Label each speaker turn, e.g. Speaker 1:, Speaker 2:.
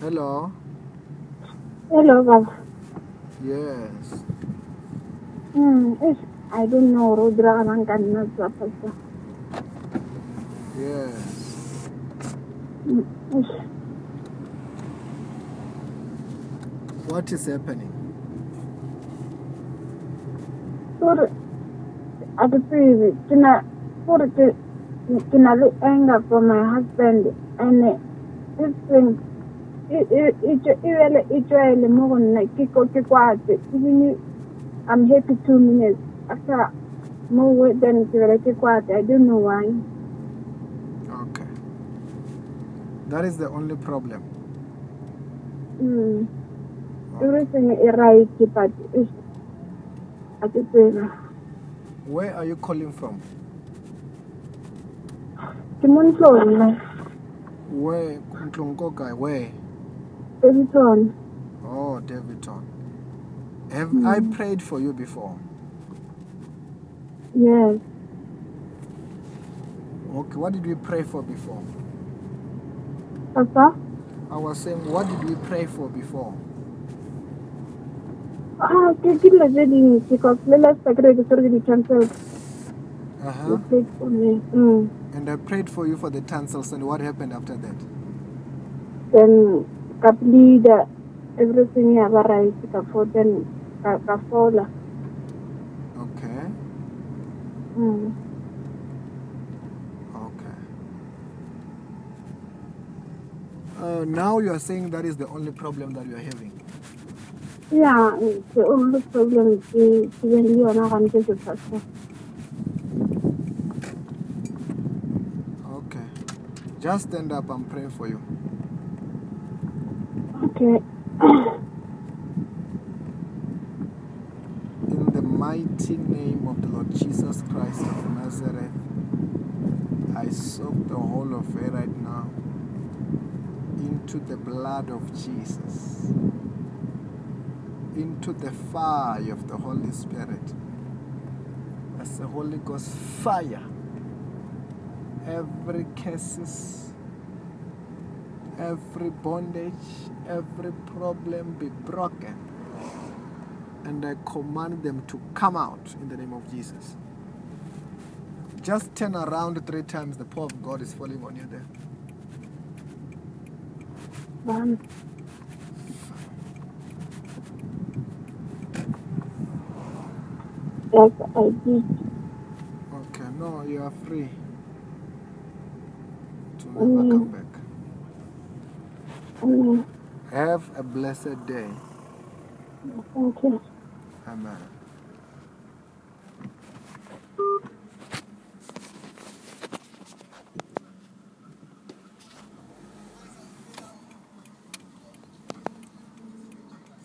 Speaker 1: Hello.
Speaker 2: Hello, Bob.
Speaker 1: Yes.
Speaker 2: Hmm, it's, I don't know, Rudra Rangan Nazafasa.
Speaker 1: Yes. What is happening?
Speaker 2: Sort at previous, can I, for the, can I look anger for my husband and uh, this thing, iwele ijwayele mokonna kiko kikwazi even I'm happy two minutes after more than kivele kikwazi I don't know why
Speaker 1: Okay. That is the only problem.
Speaker 2: mm.
Speaker 1: Okay.
Speaker 2: everything is right but it's at the same
Speaker 1: Where are you calling from?
Speaker 2: Kimontlon
Speaker 1: Where? Ntlongogai, Where?
Speaker 2: Everton
Speaker 1: Oh, Davidton. Have I
Speaker 2: mm.
Speaker 1: prayed for you before?
Speaker 2: yes
Speaker 1: Okay. What did we pray for before?
Speaker 2: Papa
Speaker 1: I was saying, what did we pray for before?
Speaker 2: ah ke ke le tse ding because le last sacrifice ke tlo di cancel
Speaker 1: Uh
Speaker 2: you
Speaker 1: huh.
Speaker 2: played for me mm.
Speaker 1: And I prayed for you for the tonsils, and what happened after that?
Speaker 2: then cup leader, everything you have a right to for then Kafola.
Speaker 1: Okay.
Speaker 2: Mm.
Speaker 1: Okay. Uh, now you are saying that is the only problem that you are having.
Speaker 2: Yeah, it's the only problem is when you are not going to person.
Speaker 1: Okay. Just stand up and pray for you.
Speaker 2: Okay.
Speaker 1: In the mighty name of the Lord Jesus Christ of Nazareth, I soak the whole of her right now into the blood of Jesus, into the fire of the Holy Spirit. As the Holy Ghost fire, every curses, every bondage, every problem be broken. and I command them to come out in the name of Jesus. Just turn around three times. The power of God is falling on you there.
Speaker 2: One, yes, I did.
Speaker 1: Okay, no, you are free to never come
Speaker 2: Amen.
Speaker 1: back.
Speaker 2: Amen.
Speaker 1: Have a blessed day.
Speaker 2: Thank you.
Speaker 1: Amen.